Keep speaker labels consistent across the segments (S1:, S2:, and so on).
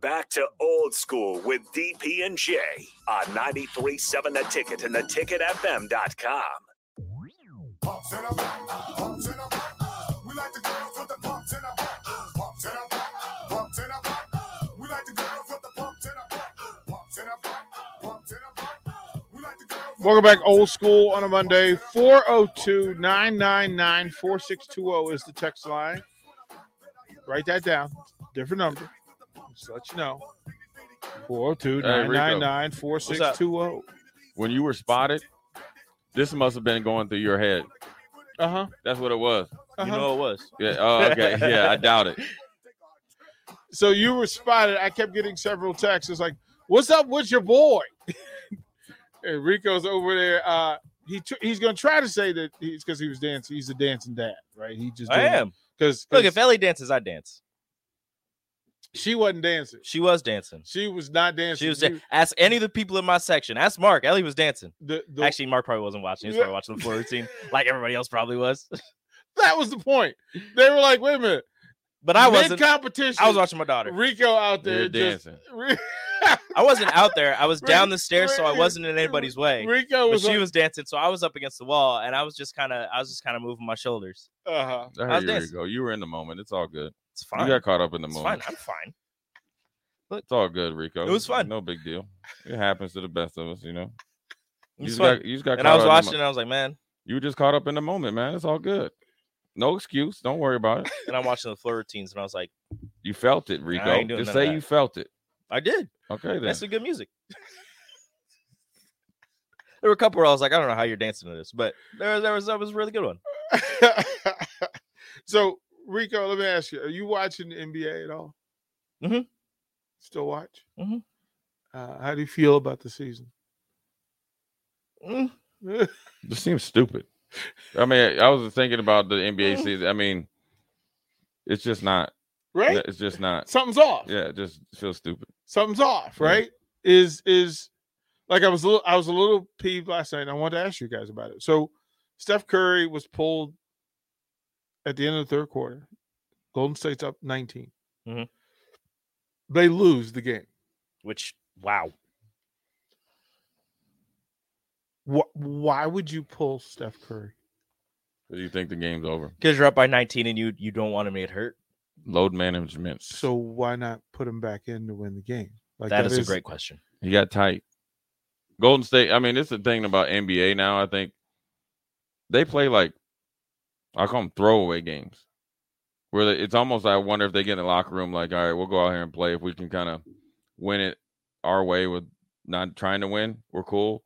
S1: back to old school with DP and J on 93.7 The Ticket and theticketfm.com.
S2: Pumps in a back, pumps in a back. We like the girls with the pumps in a back. Pumps in a back, pumps in a back. We like the girls with the pumps in a back. Pumps in a back, pumps in a back. We like the girls with
S3: Welcome back, old school, on a Monday. 402 999 4620 is the text line. Write that down. Different number. Just to let you know. 402 999 4620.
S4: when you were spotted, this must have been going through your head.
S3: Uh
S5: uh-huh.
S3: huh.
S4: That's what it was.
S3: Uh-huh.
S5: You know it was.
S4: Yeah. Oh, okay. yeah, I doubt it.
S3: so you were spotted. I kept getting several texts. It's like, what's up with your boy? and Rico's over there. Uh, he tr- he's going to try to say that he's because he was dancing. He's a dancing dad, right? He just
S5: I am.
S3: Because
S5: Look, if Ellie dances, I dance.
S3: she wasn't dancing.
S5: She was dancing.
S3: She was not dancing.
S5: She was. Dan- ask any of the people in my section. Ask Mark. Ellie was dancing.
S3: the, the,
S5: Actually, Mark probably wasn't watching. He was probably watching the floor routine, like everybody else probably was.
S3: That was the point. They were like, wait a minute.
S5: But I wasn't.
S3: competition.
S5: I was watching my daughter.
S3: Rico out there
S4: You're
S3: just
S4: dancing.
S5: I wasn't out there. I was
S3: Ri-
S5: down the stairs, so I
S3: Ri-
S5: wasn't in anybody's way.
S3: Rico
S5: But
S3: was.
S5: she was dancing, so I was up against the wall, and I was just kind of, I was just kind of moving my shoulders.
S3: uh
S4: I
S5: I was
S4: heard you,
S5: dancing.
S4: Rico. You were in the moment. It's all good.
S5: It's fine.
S4: You got caught up in the
S5: it's fine.
S4: moment.
S5: I'm fine.
S4: It's all good, Rico.
S5: It was fun.
S4: No big deal. It happens to the best of us, you know. You
S5: It's
S4: just
S5: fine.
S4: got, you just got
S5: And
S4: caught
S5: I
S4: up
S5: was
S4: in the
S5: watching,
S4: mo-
S5: and I was like, man.
S4: You were just caught up in the moment, man. It's all good. No excuse. Don't worry about it.
S5: And I'm watching the floor routines, and I was like,
S4: You felt it, Rico.
S5: ain't doing
S4: Just
S5: none of
S4: say
S5: that.
S4: you felt it.
S5: I did.
S4: Okay, then.
S5: That's some good music. there were a couple where I was like, I don't know how you're dancing to this, but there, there was that was a really good one.
S3: huh. Uh-huh. so Rico, let me ask you: Are you watching the NBA at all?
S5: Mhm.
S3: Still watch?
S5: Mhm.
S3: Uh, how do you feel about the season?
S5: Mm,
S4: This seems stupid. I mean, I was thinking about the NBA season. I mean, it's just not.
S3: right?
S4: It's just not.
S3: Something's off.
S4: Yeah, it just feels stupid.
S3: Something's off.
S4: Yeah.
S3: Right? Is is like I was a little I was a little peeved last night. and I wanted to ask you guys about it. So Steph Curry was pulled at the end of the third quarter. Golden State's up 19.
S5: Mhm.
S3: They lose the game.
S5: which wow,
S3: Wh- why would you pull Steph Curry?
S4: Do you think the game's over?
S5: because you're up by 19 and you you don't want to get hurt.
S4: Load management.
S3: So why not put him back in to win the game? Like
S5: that is, a great question.
S4: He got tight. Golden State. I mean, it's the thing about NBA now. I think they play like I call them throwaway games, where they, it's almost. I wonder if they get in the locker room like, all right, we'll go out here and play. If we can kind of win it our way with not trying to win, we're cool.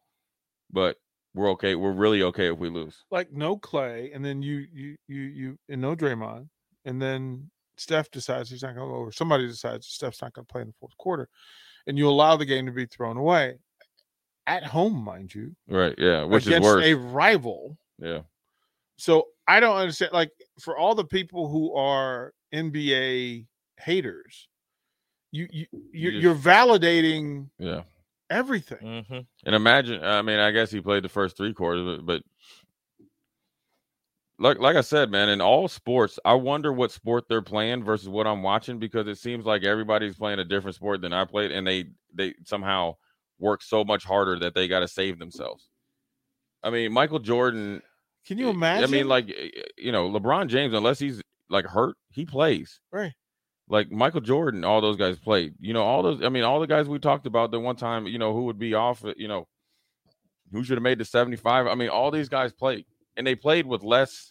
S4: But we're okay. We're really okay if we lose.
S3: like no Clay, and then you you you you and no Draymond, and then Steph decides he's not going to go over. Somebody decides Steph's not going to play in the fourth quarter, and you allow the game to be thrown away at home, mind you,
S4: Right. Yeah. Which is
S3: against
S4: worse.
S3: a rival.
S4: yeah.
S3: So I don't understand. Like for all the people who are NBA haters, you you, you
S4: just- Mm,
S3: you're validating
S4: Yeah.
S3: everything.
S5: Mm-hmm.
S4: And imagine, I mean, I guess he played the first three quarters, but, but like like I said, man, in all sports, I wonder what sport they're playing versus what I'm watching because it seems like everybody's playing a different sport than I played, and they they somehow work so much harder that they got to save themselves. I mean, Michael Jordan.
S3: Can you
S4: eh,
S3: imagine?
S4: I mean, like eh, eh, you know, LeBron James, unless he's like hurt, he plays.
S3: Right.
S4: Like Michael Jordan, all those guys played. You know, all those. I mean, all the guys we talked about the one time. You know, who would be off? eh, You know, who should have made the 75. I mean, all these guys played, and they played with less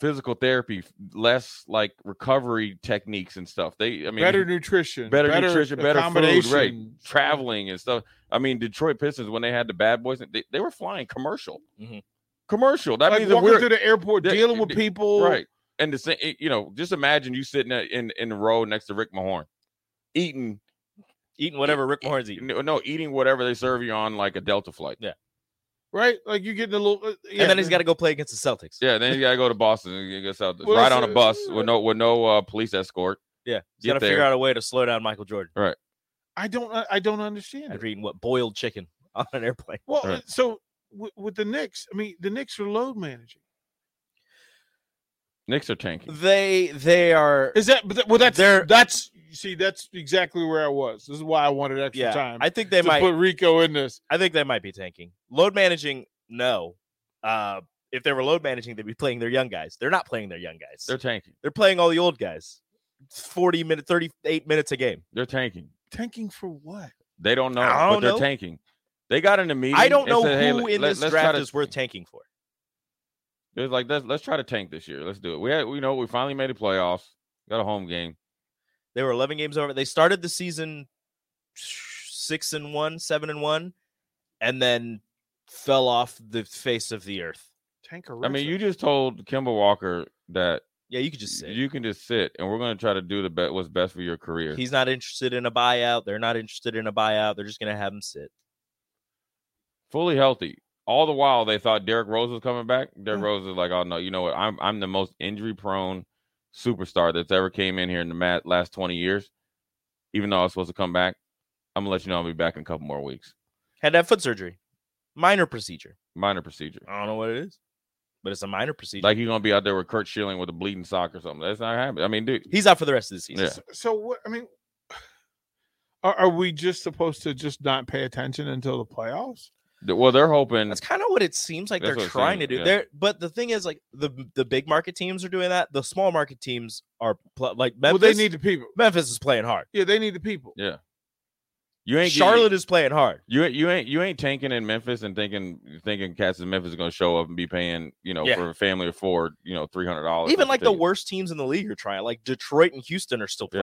S4: physical therapy, f- less like recovery techniques and stuff. They, I mean,
S3: better nutrition,
S4: better nutrition, better food, right?
S3: accommodation.
S4: Traveling and stuff. I mean, Detroit Pistons when they had the bad boys, they, they were flying commercial,
S5: Mhm.
S4: commercial.
S3: Mm-hmm.
S4: That
S3: like
S4: means that
S3: walking
S4: we're
S3: through the airport,
S4: Yeah,
S3: dealing with
S4: d-
S3: people,
S4: right. And the same, you know, just imagine you sitting at- in in the row next to Rick Mahorn, eating
S5: Eating whatever Rick Mahorn's eating.
S4: no, no, eating whatever they serve you on like a Delta flight.
S3: Right? Like you getting a little, uh, yeah,
S5: and then he's got to go play against the Celtics.
S4: Yeah, then you gotta go to Boston and get out
S3: Well,
S4: ride on a
S3: it's-
S4: bus with no with no uh, police escort.
S5: yeah. He's
S4: Get
S5: got to figure
S4: there.
S5: out a way to slow down Michael Jordan
S3: I don't, uh, I don't understand.
S5: after
S3: It.
S5: eating what boiled chicken on an airplane.
S3: Well, uh,
S4: Right.
S3: so with, with the Knicks, I mean, the Knicks are load managing.
S4: Knicks are tanking.
S5: They they are
S3: Is that? But that- well, that's
S5: They're-
S3: that's you see, that's exactly where I was. This is why I wanted extra
S5: Yeah,
S3: time.
S5: I think they
S3: to
S5: might.
S3: put Rico in this.
S5: I think they might be tanking. Load managing, no. Uh, if they were load managing, they'd be playing their young guys. They're not playing their young guys.
S4: They're
S5: They're,
S4: tanking.
S5: playing all the old guys. It's Forty minute, thirty-eight minutes a game.
S4: They're tanking.
S3: Tanking for what?
S4: They don't know,
S5: I
S4: but
S5: don't
S4: they're
S5: know.
S4: tanking. They got in a meeting.
S5: I don't
S4: and
S5: know
S4: said, "Hey,
S5: who
S4: let-
S5: in
S4: let-
S5: this
S4: let's try
S5: draft
S4: to-
S5: is worth tanking for.
S4: It was like let's let's try to tank this year. Let's do it. We had you know we finally made a playoffs. Got a home game.
S5: They were eleven games over. They started the season six and one, seven and one, and then fell off the face of the earth.
S3: Tanker.
S4: I mean, you just told Kimball Walker that
S5: Yeah, you could just say
S4: you can just sit and we're going to try to do the be- what's best for your career.
S5: he's not interested in a buyout. They're not interested in a buyout. They're just gonna have him sit.
S4: fully healthy. All the while they thought Derrick Rose was coming back. Derrick
S5: Mm.
S3: Yeah.
S4: Rose is like, oh no, you know what? I'm I'm the most injury prone superstar that's ever came in here in the mat last 20 years. Even though I was supposed to come back, I'm gonna let you know I'll be back in a couple more weeks.
S5: Had to have foot surgery, minor procedure.
S4: Minor procedure.
S5: I don't know what it is, but it's a minor procedure.
S4: Like you're gonna be out there with Kurt Schilling with a bleeding sock or something. That's not happening. I mean, dude,
S5: he's out for the rest of the season.
S4: Yeah.
S3: So, so what? I mean, are, are we just supposed to just not pay attention until the playoffs?
S4: th- well, they're hoping
S5: That's kind of what it seems like
S4: That's what
S5: they're
S4: it
S5: trying to
S4: seems,
S5: do.
S4: yeah.
S5: There, but the thing is, like the the big market teams are doing that. The small market teams are pl- like Memphis.
S3: Well, they need the people.
S5: Memphis is playing hard.
S3: Yeah, they need the people.
S4: you ain't
S5: Charlotte is playing hard.
S4: You ain't you ain't you ain't tanking in Memphis and thinking thinking cats in Memphis is gonna show up and be paying you know
S5: Yeah.
S4: for a family of four you know three hundred dollars.
S5: Even like the worst teams in the league are trying. Like Detroit and Houston are still playing.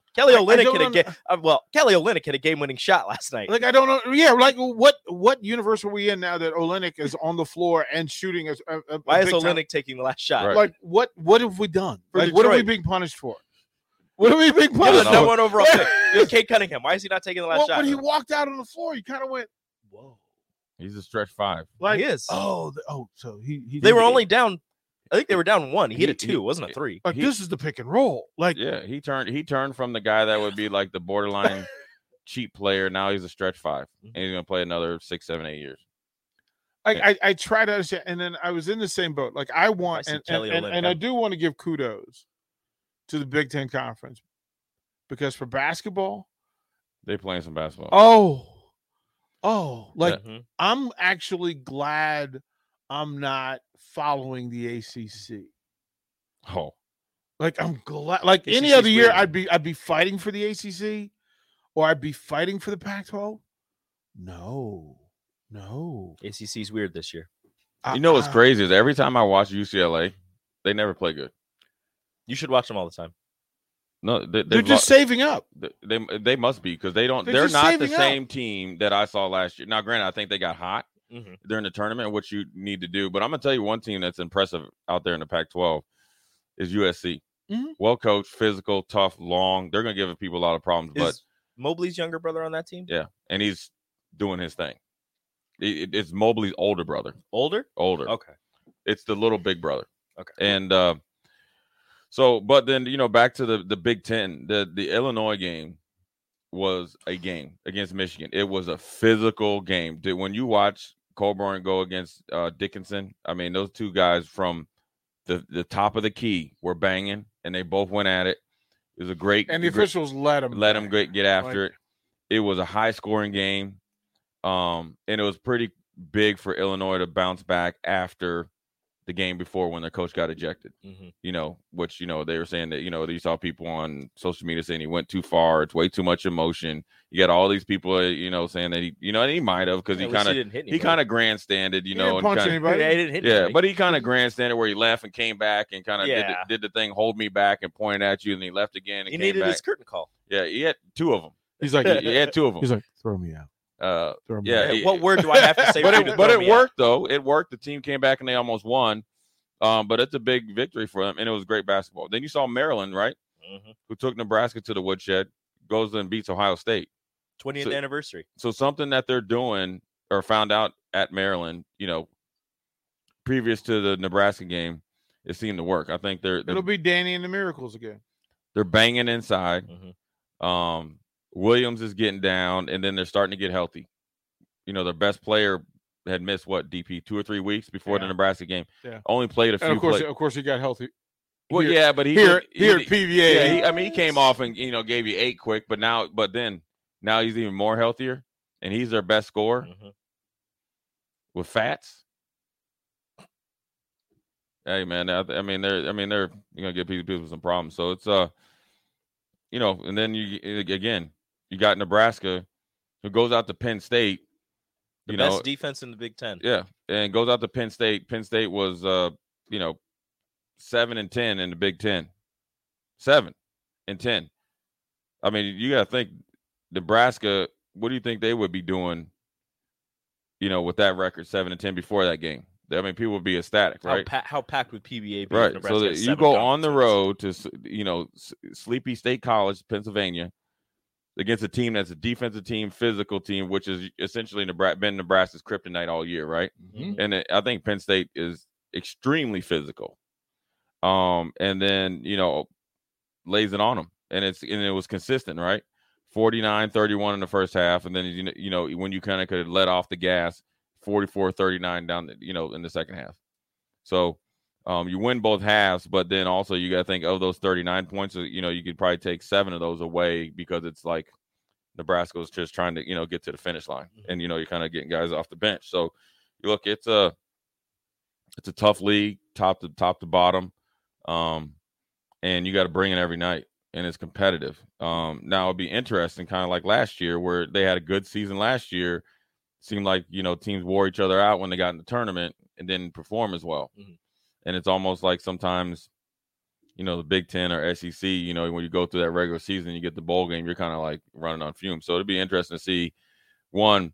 S5: Kelly
S3: I- I
S5: Olynyk
S3: don't
S5: had a
S3: under-
S5: game. Uh, well, Kelly Olynyk had a game-winning shot last night.
S3: Like I don't know. Yeah, like what what universe are we in now that Olenek is on the floor and shooting us? a- a- a
S5: Why is
S3: big time-
S5: Olynyk taking the last shot?
S4: Right.
S3: Like what what have we done?
S5: For
S3: Like what are we
S5: Detroit.
S3: being punished for? What are we being
S5: He was
S3: punished
S4: no.
S5: number
S3: for?
S5: one overall pick. You're Kate Cunningham. Why is he not taking the last
S3: Well,
S5: shot?
S3: when he walked out on the floor, you kind of went, "Whoa!"
S4: he's a stretch five.
S3: Like
S5: he is.
S3: Oh, the, oh, so he, he
S5: they
S3: did
S5: were
S3: it.
S5: only down. I think they were down one. He, hit a
S4: He-
S5: two,
S4: he-
S5: it wasn't a three.
S3: like
S4: he-
S3: this is the pick and roll. Like
S4: Yeah, he turned he turned from the guy that would be like the borderline cheap player. Now he's a stretch five,
S5: Mm-hmm.
S4: and he's gonna play another six, seven, eight years.
S3: I, I I try to understand, and then I was in the same boat. Like I want,
S5: see
S3: and, and,
S5: Kelly
S3: and,
S5: Olynyk.
S3: and I
S5: I'm-
S3: do want to give kudos to the Big Ten Conference because for basketball,
S4: They playing some basketball.
S3: oh, oh, like
S5: Mhm.
S3: I'm actually glad I'm not following the ACC.
S4: Oh,
S3: Like I'm glad. Like any
S5: ACC 's
S3: other year,
S5: weird.
S3: I'd be I'd be fighting for the ACC, or I'd be fighting for the Pac-12. No, no.
S5: ACC's weird this year.
S3: I-
S5: uh,
S4: you know what's
S3: I-
S4: crazy is every time I watch UCLA, they never play good.
S5: You should watch them all the time.
S4: No,
S3: They're
S4: they, they've
S3: just
S4: lo-
S3: saving up.
S4: they they- they must be because they don't.
S3: They're
S4: They're,
S3: just
S4: not the
S3: saving up.
S4: same team that I saw last year. Now, granted, I think they got hot.
S3: Mm-hmm.
S5: Mhm.
S4: during the tournament, what you need to do. But I'm gonna tell you one team that's impressive out there in the Pac-12 is USC.
S3: Mhm.
S4: Well coached, physical, tough, long. They're gonna give people a lot of problems, but
S5: Is Mobley's younger brother on that team?
S4: yeah, and he's doing his thing. It- it- it's Mobley's older brother,
S5: Older?
S4: older.
S5: Okay.
S4: It's the little big brother.
S5: Okay.
S4: And uh, so, but then you know, back to the the Big Ten, the the Illinois game was a game against Michigan. It was a physical game. Did when you watch Colburn go against uh, Dickinson, I mean, those two guys from the the top of the key were banging, and they both went at it. It was a great
S3: And the
S4: great-
S3: officials let him
S4: let him get, get after
S3: Like-
S4: it. It was a high scoring game. Um, and it was pretty big for Illinois to bounce back after the the game before when their coach got ejected.
S5: hmm
S4: You know, which you know they were saying that you know you saw people on social media saying he went too far. It's way too much emotion. You got all these people, uh, you know, saying that he, you know, and he might have because he kind of
S5: didn't hit
S4: he kind of grandstanded,
S3: He
S4: you know,
S3: didn't
S4: and
S3: punch
S4: kinda,
S3: anybody.
S5: Yeah, he didn't hit
S4: yeah,
S5: anybody.
S4: but he kind of grandstanded where he left and came back and kind of
S5: Yeah.
S4: did, the, did the thing, hold me back and pointed at you, and he left again and
S5: he
S4: came
S5: needed
S4: back.
S5: his curtain call.
S4: Yeah, he had two of them.
S3: He's like,
S4: He, he had two of them.
S3: he's like, throw me out.
S4: uh,
S3: Throw me
S4: Yeah,
S3: out.
S5: Hey,
S4: he-
S5: what word do I have to say?
S4: but
S5: for you to
S4: it but
S5: throw
S4: it
S5: me out?
S4: worked though. It worked. The team came back and they almost won. Um, but it's a big victory for them, and it was great basketball. Then you saw Maryland, right,
S5: Mhm.
S4: who took Nebraska to the woodshed, goes and beats Ohio State.
S5: 20th
S4: So-
S5: anniversary.
S4: so something that they're doing or found out at Maryland, you know, previous to the Nebraska game, it seemed to work. I think they're they're,
S3: It'll be Danny and the Miracles again.
S4: they're banging inside.
S5: Mhm.
S3: Mm-hmm.
S4: Um, Williams is getting down, and then they're starting to get healthy. You know, their best player had missed what DP two or three weeks before the
S3: Yeah.
S4: Nebraska game.
S3: Yeah.
S4: Only played a few.
S3: And of course,
S4: play-
S3: of course, he got healthy.
S4: well,
S3: here-
S4: yeah, but he
S3: Here,
S4: he-
S3: here
S4: he-
S3: at PVA,
S4: yeah, he, I mean, he came off and you know gave you eight quick, but now, but then now he's even more healthier, and he's their best scorer
S5: Mhm.
S4: with Fats. Hey man, I, I mean they're I mean they're you're gonna get people, people some problems. So it's uh, you know, and then you again you got Nebraska, who goes out to Penn State,
S5: The
S4: you
S5: best
S4: know,
S5: defense in the Big Ten.
S4: yeah, and goes out to Penn State. Penn State was uh, you know, seven and ten in the Big Ten, seven and ten. I mean, you gotta think Nebraska. What do you think they would be doing? You know, with that record, seven and ten before that game. I mean, people would be ecstatic,
S5: How,
S4: right?
S5: pa- how packed would PBA be?
S4: right. So that you go on the road to s- you know s- Sleepy State College, Pennsylvania, against a team that's a defensive team, physical team, which is essentially Nebraska, been Nebraska's kryptonite all year, right? and it, I think Penn State is extremely physical. Um, and then you know, lays it on them, and it's and it was consistent, right? 49 31 in the first half, and then you know, you know when you kind of could have let off the gas 44 39 down, the, you know, in the second half. So, um, you win both halves, but then also you got to think of those 39 points, uh, you know, you could probably take seven of those away because it's like Nebraska was just trying to, you know, get to the finish line, and you know, you're kind of getting guys off the bench, so you look it's a it's a tough league top to top to bottom um and you got to bring it every night and it's competitive um now it'll be interesting kind of like last year where they had a good season last year seemed like you know teams wore each other out when they got in the tournament and didn't perform as well
S5: Mhm.
S4: and it's almost like sometimes you know the big 10 or sec you know when you go through that regular season you get the bowl game you're kind of like running on fumes so it'd be interesting to see one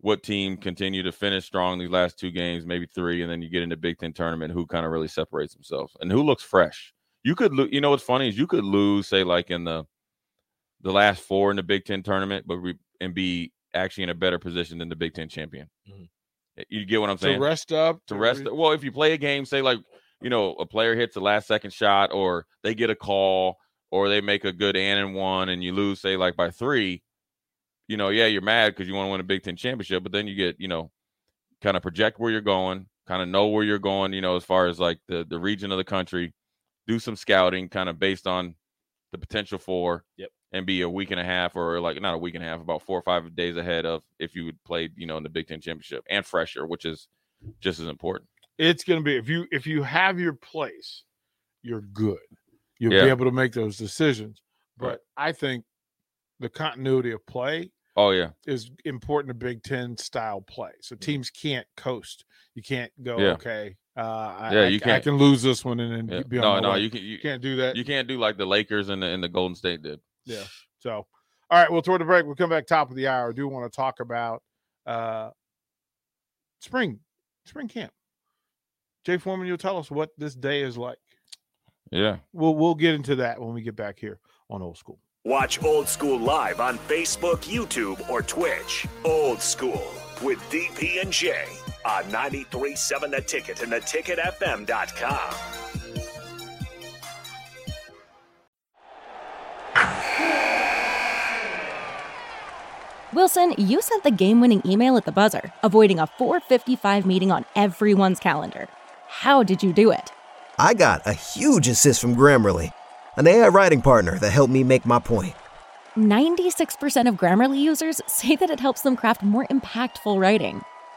S4: what team continue to finish strong these last two games, maybe three, and then you get into Big Ten tournament, who kind of really separates themselves and who looks fresh. You could, lo- you know, what's funny is you could lose, say, like in the the last four in the Big Ten tournament, but we and be actually in a better position than the Big Ten champion.
S5: Mhm.
S4: You get what I'm
S3: to
S4: saying?
S3: rest up.
S4: to rest.
S3: re-
S4: Well, if you play a game, say like you know a player hits the last second shot, or they get a call, or they make a good and and one, and you lose, say like by three. You know, yeah, you're mad because you want to win a Big Ten championship, but then you get you know kind of project where you're going, kind of know where you're going. You know, as far as like the the region of the country, do some scouting, kind of based on the potential for.
S5: Yep.
S4: And be a week and a half, or like not a week and a half, about four or five days ahead of if you would play, you know, in the Big Ten championship and fresher, which is just as important.
S3: It's going to be if you if you have your place, you're good. You'll
S4: Yeah.
S3: be able to make those decisions. But
S4: Right.
S3: I think the continuity of play
S4: Oh yeah,
S3: is important to Big Ten style play. So teams can't coast. You can't go
S4: Mm-hmm. Yeah.
S3: okay. Uh, I,
S4: Yeah,
S3: I-
S4: you
S3: I
S4: can't-
S3: can lose this one and then
S4: yeah.
S3: be on
S4: no,
S3: my
S4: no,
S3: way.
S4: you can you,
S3: You can't do that.
S4: you can't do like the Lakers and the and the Golden State did.
S3: So, all right. Well, toward the break, we'll come back top of the hour. I do want to talk about uh spring spring camp. Jay Foreman, you'll tell us what this day is like.
S4: Yeah,
S3: We'll we'll get into that when we get back here on Old School.
S1: Watch Old School live on Facebook, YouTube, or Twitch. Old School with DP and J on 93.7 The Ticket and theticketfm.com.
S6: Wilson, you sent the game winning email at the buzzer, avoiding a 455 meeting on everyone's calendar. How did you do it?
S7: I got a huge assist from Grammarly, an AI writing partner that helped me make my point.
S6: 96% of Grammarly users say that it helps them craft more impactful writing.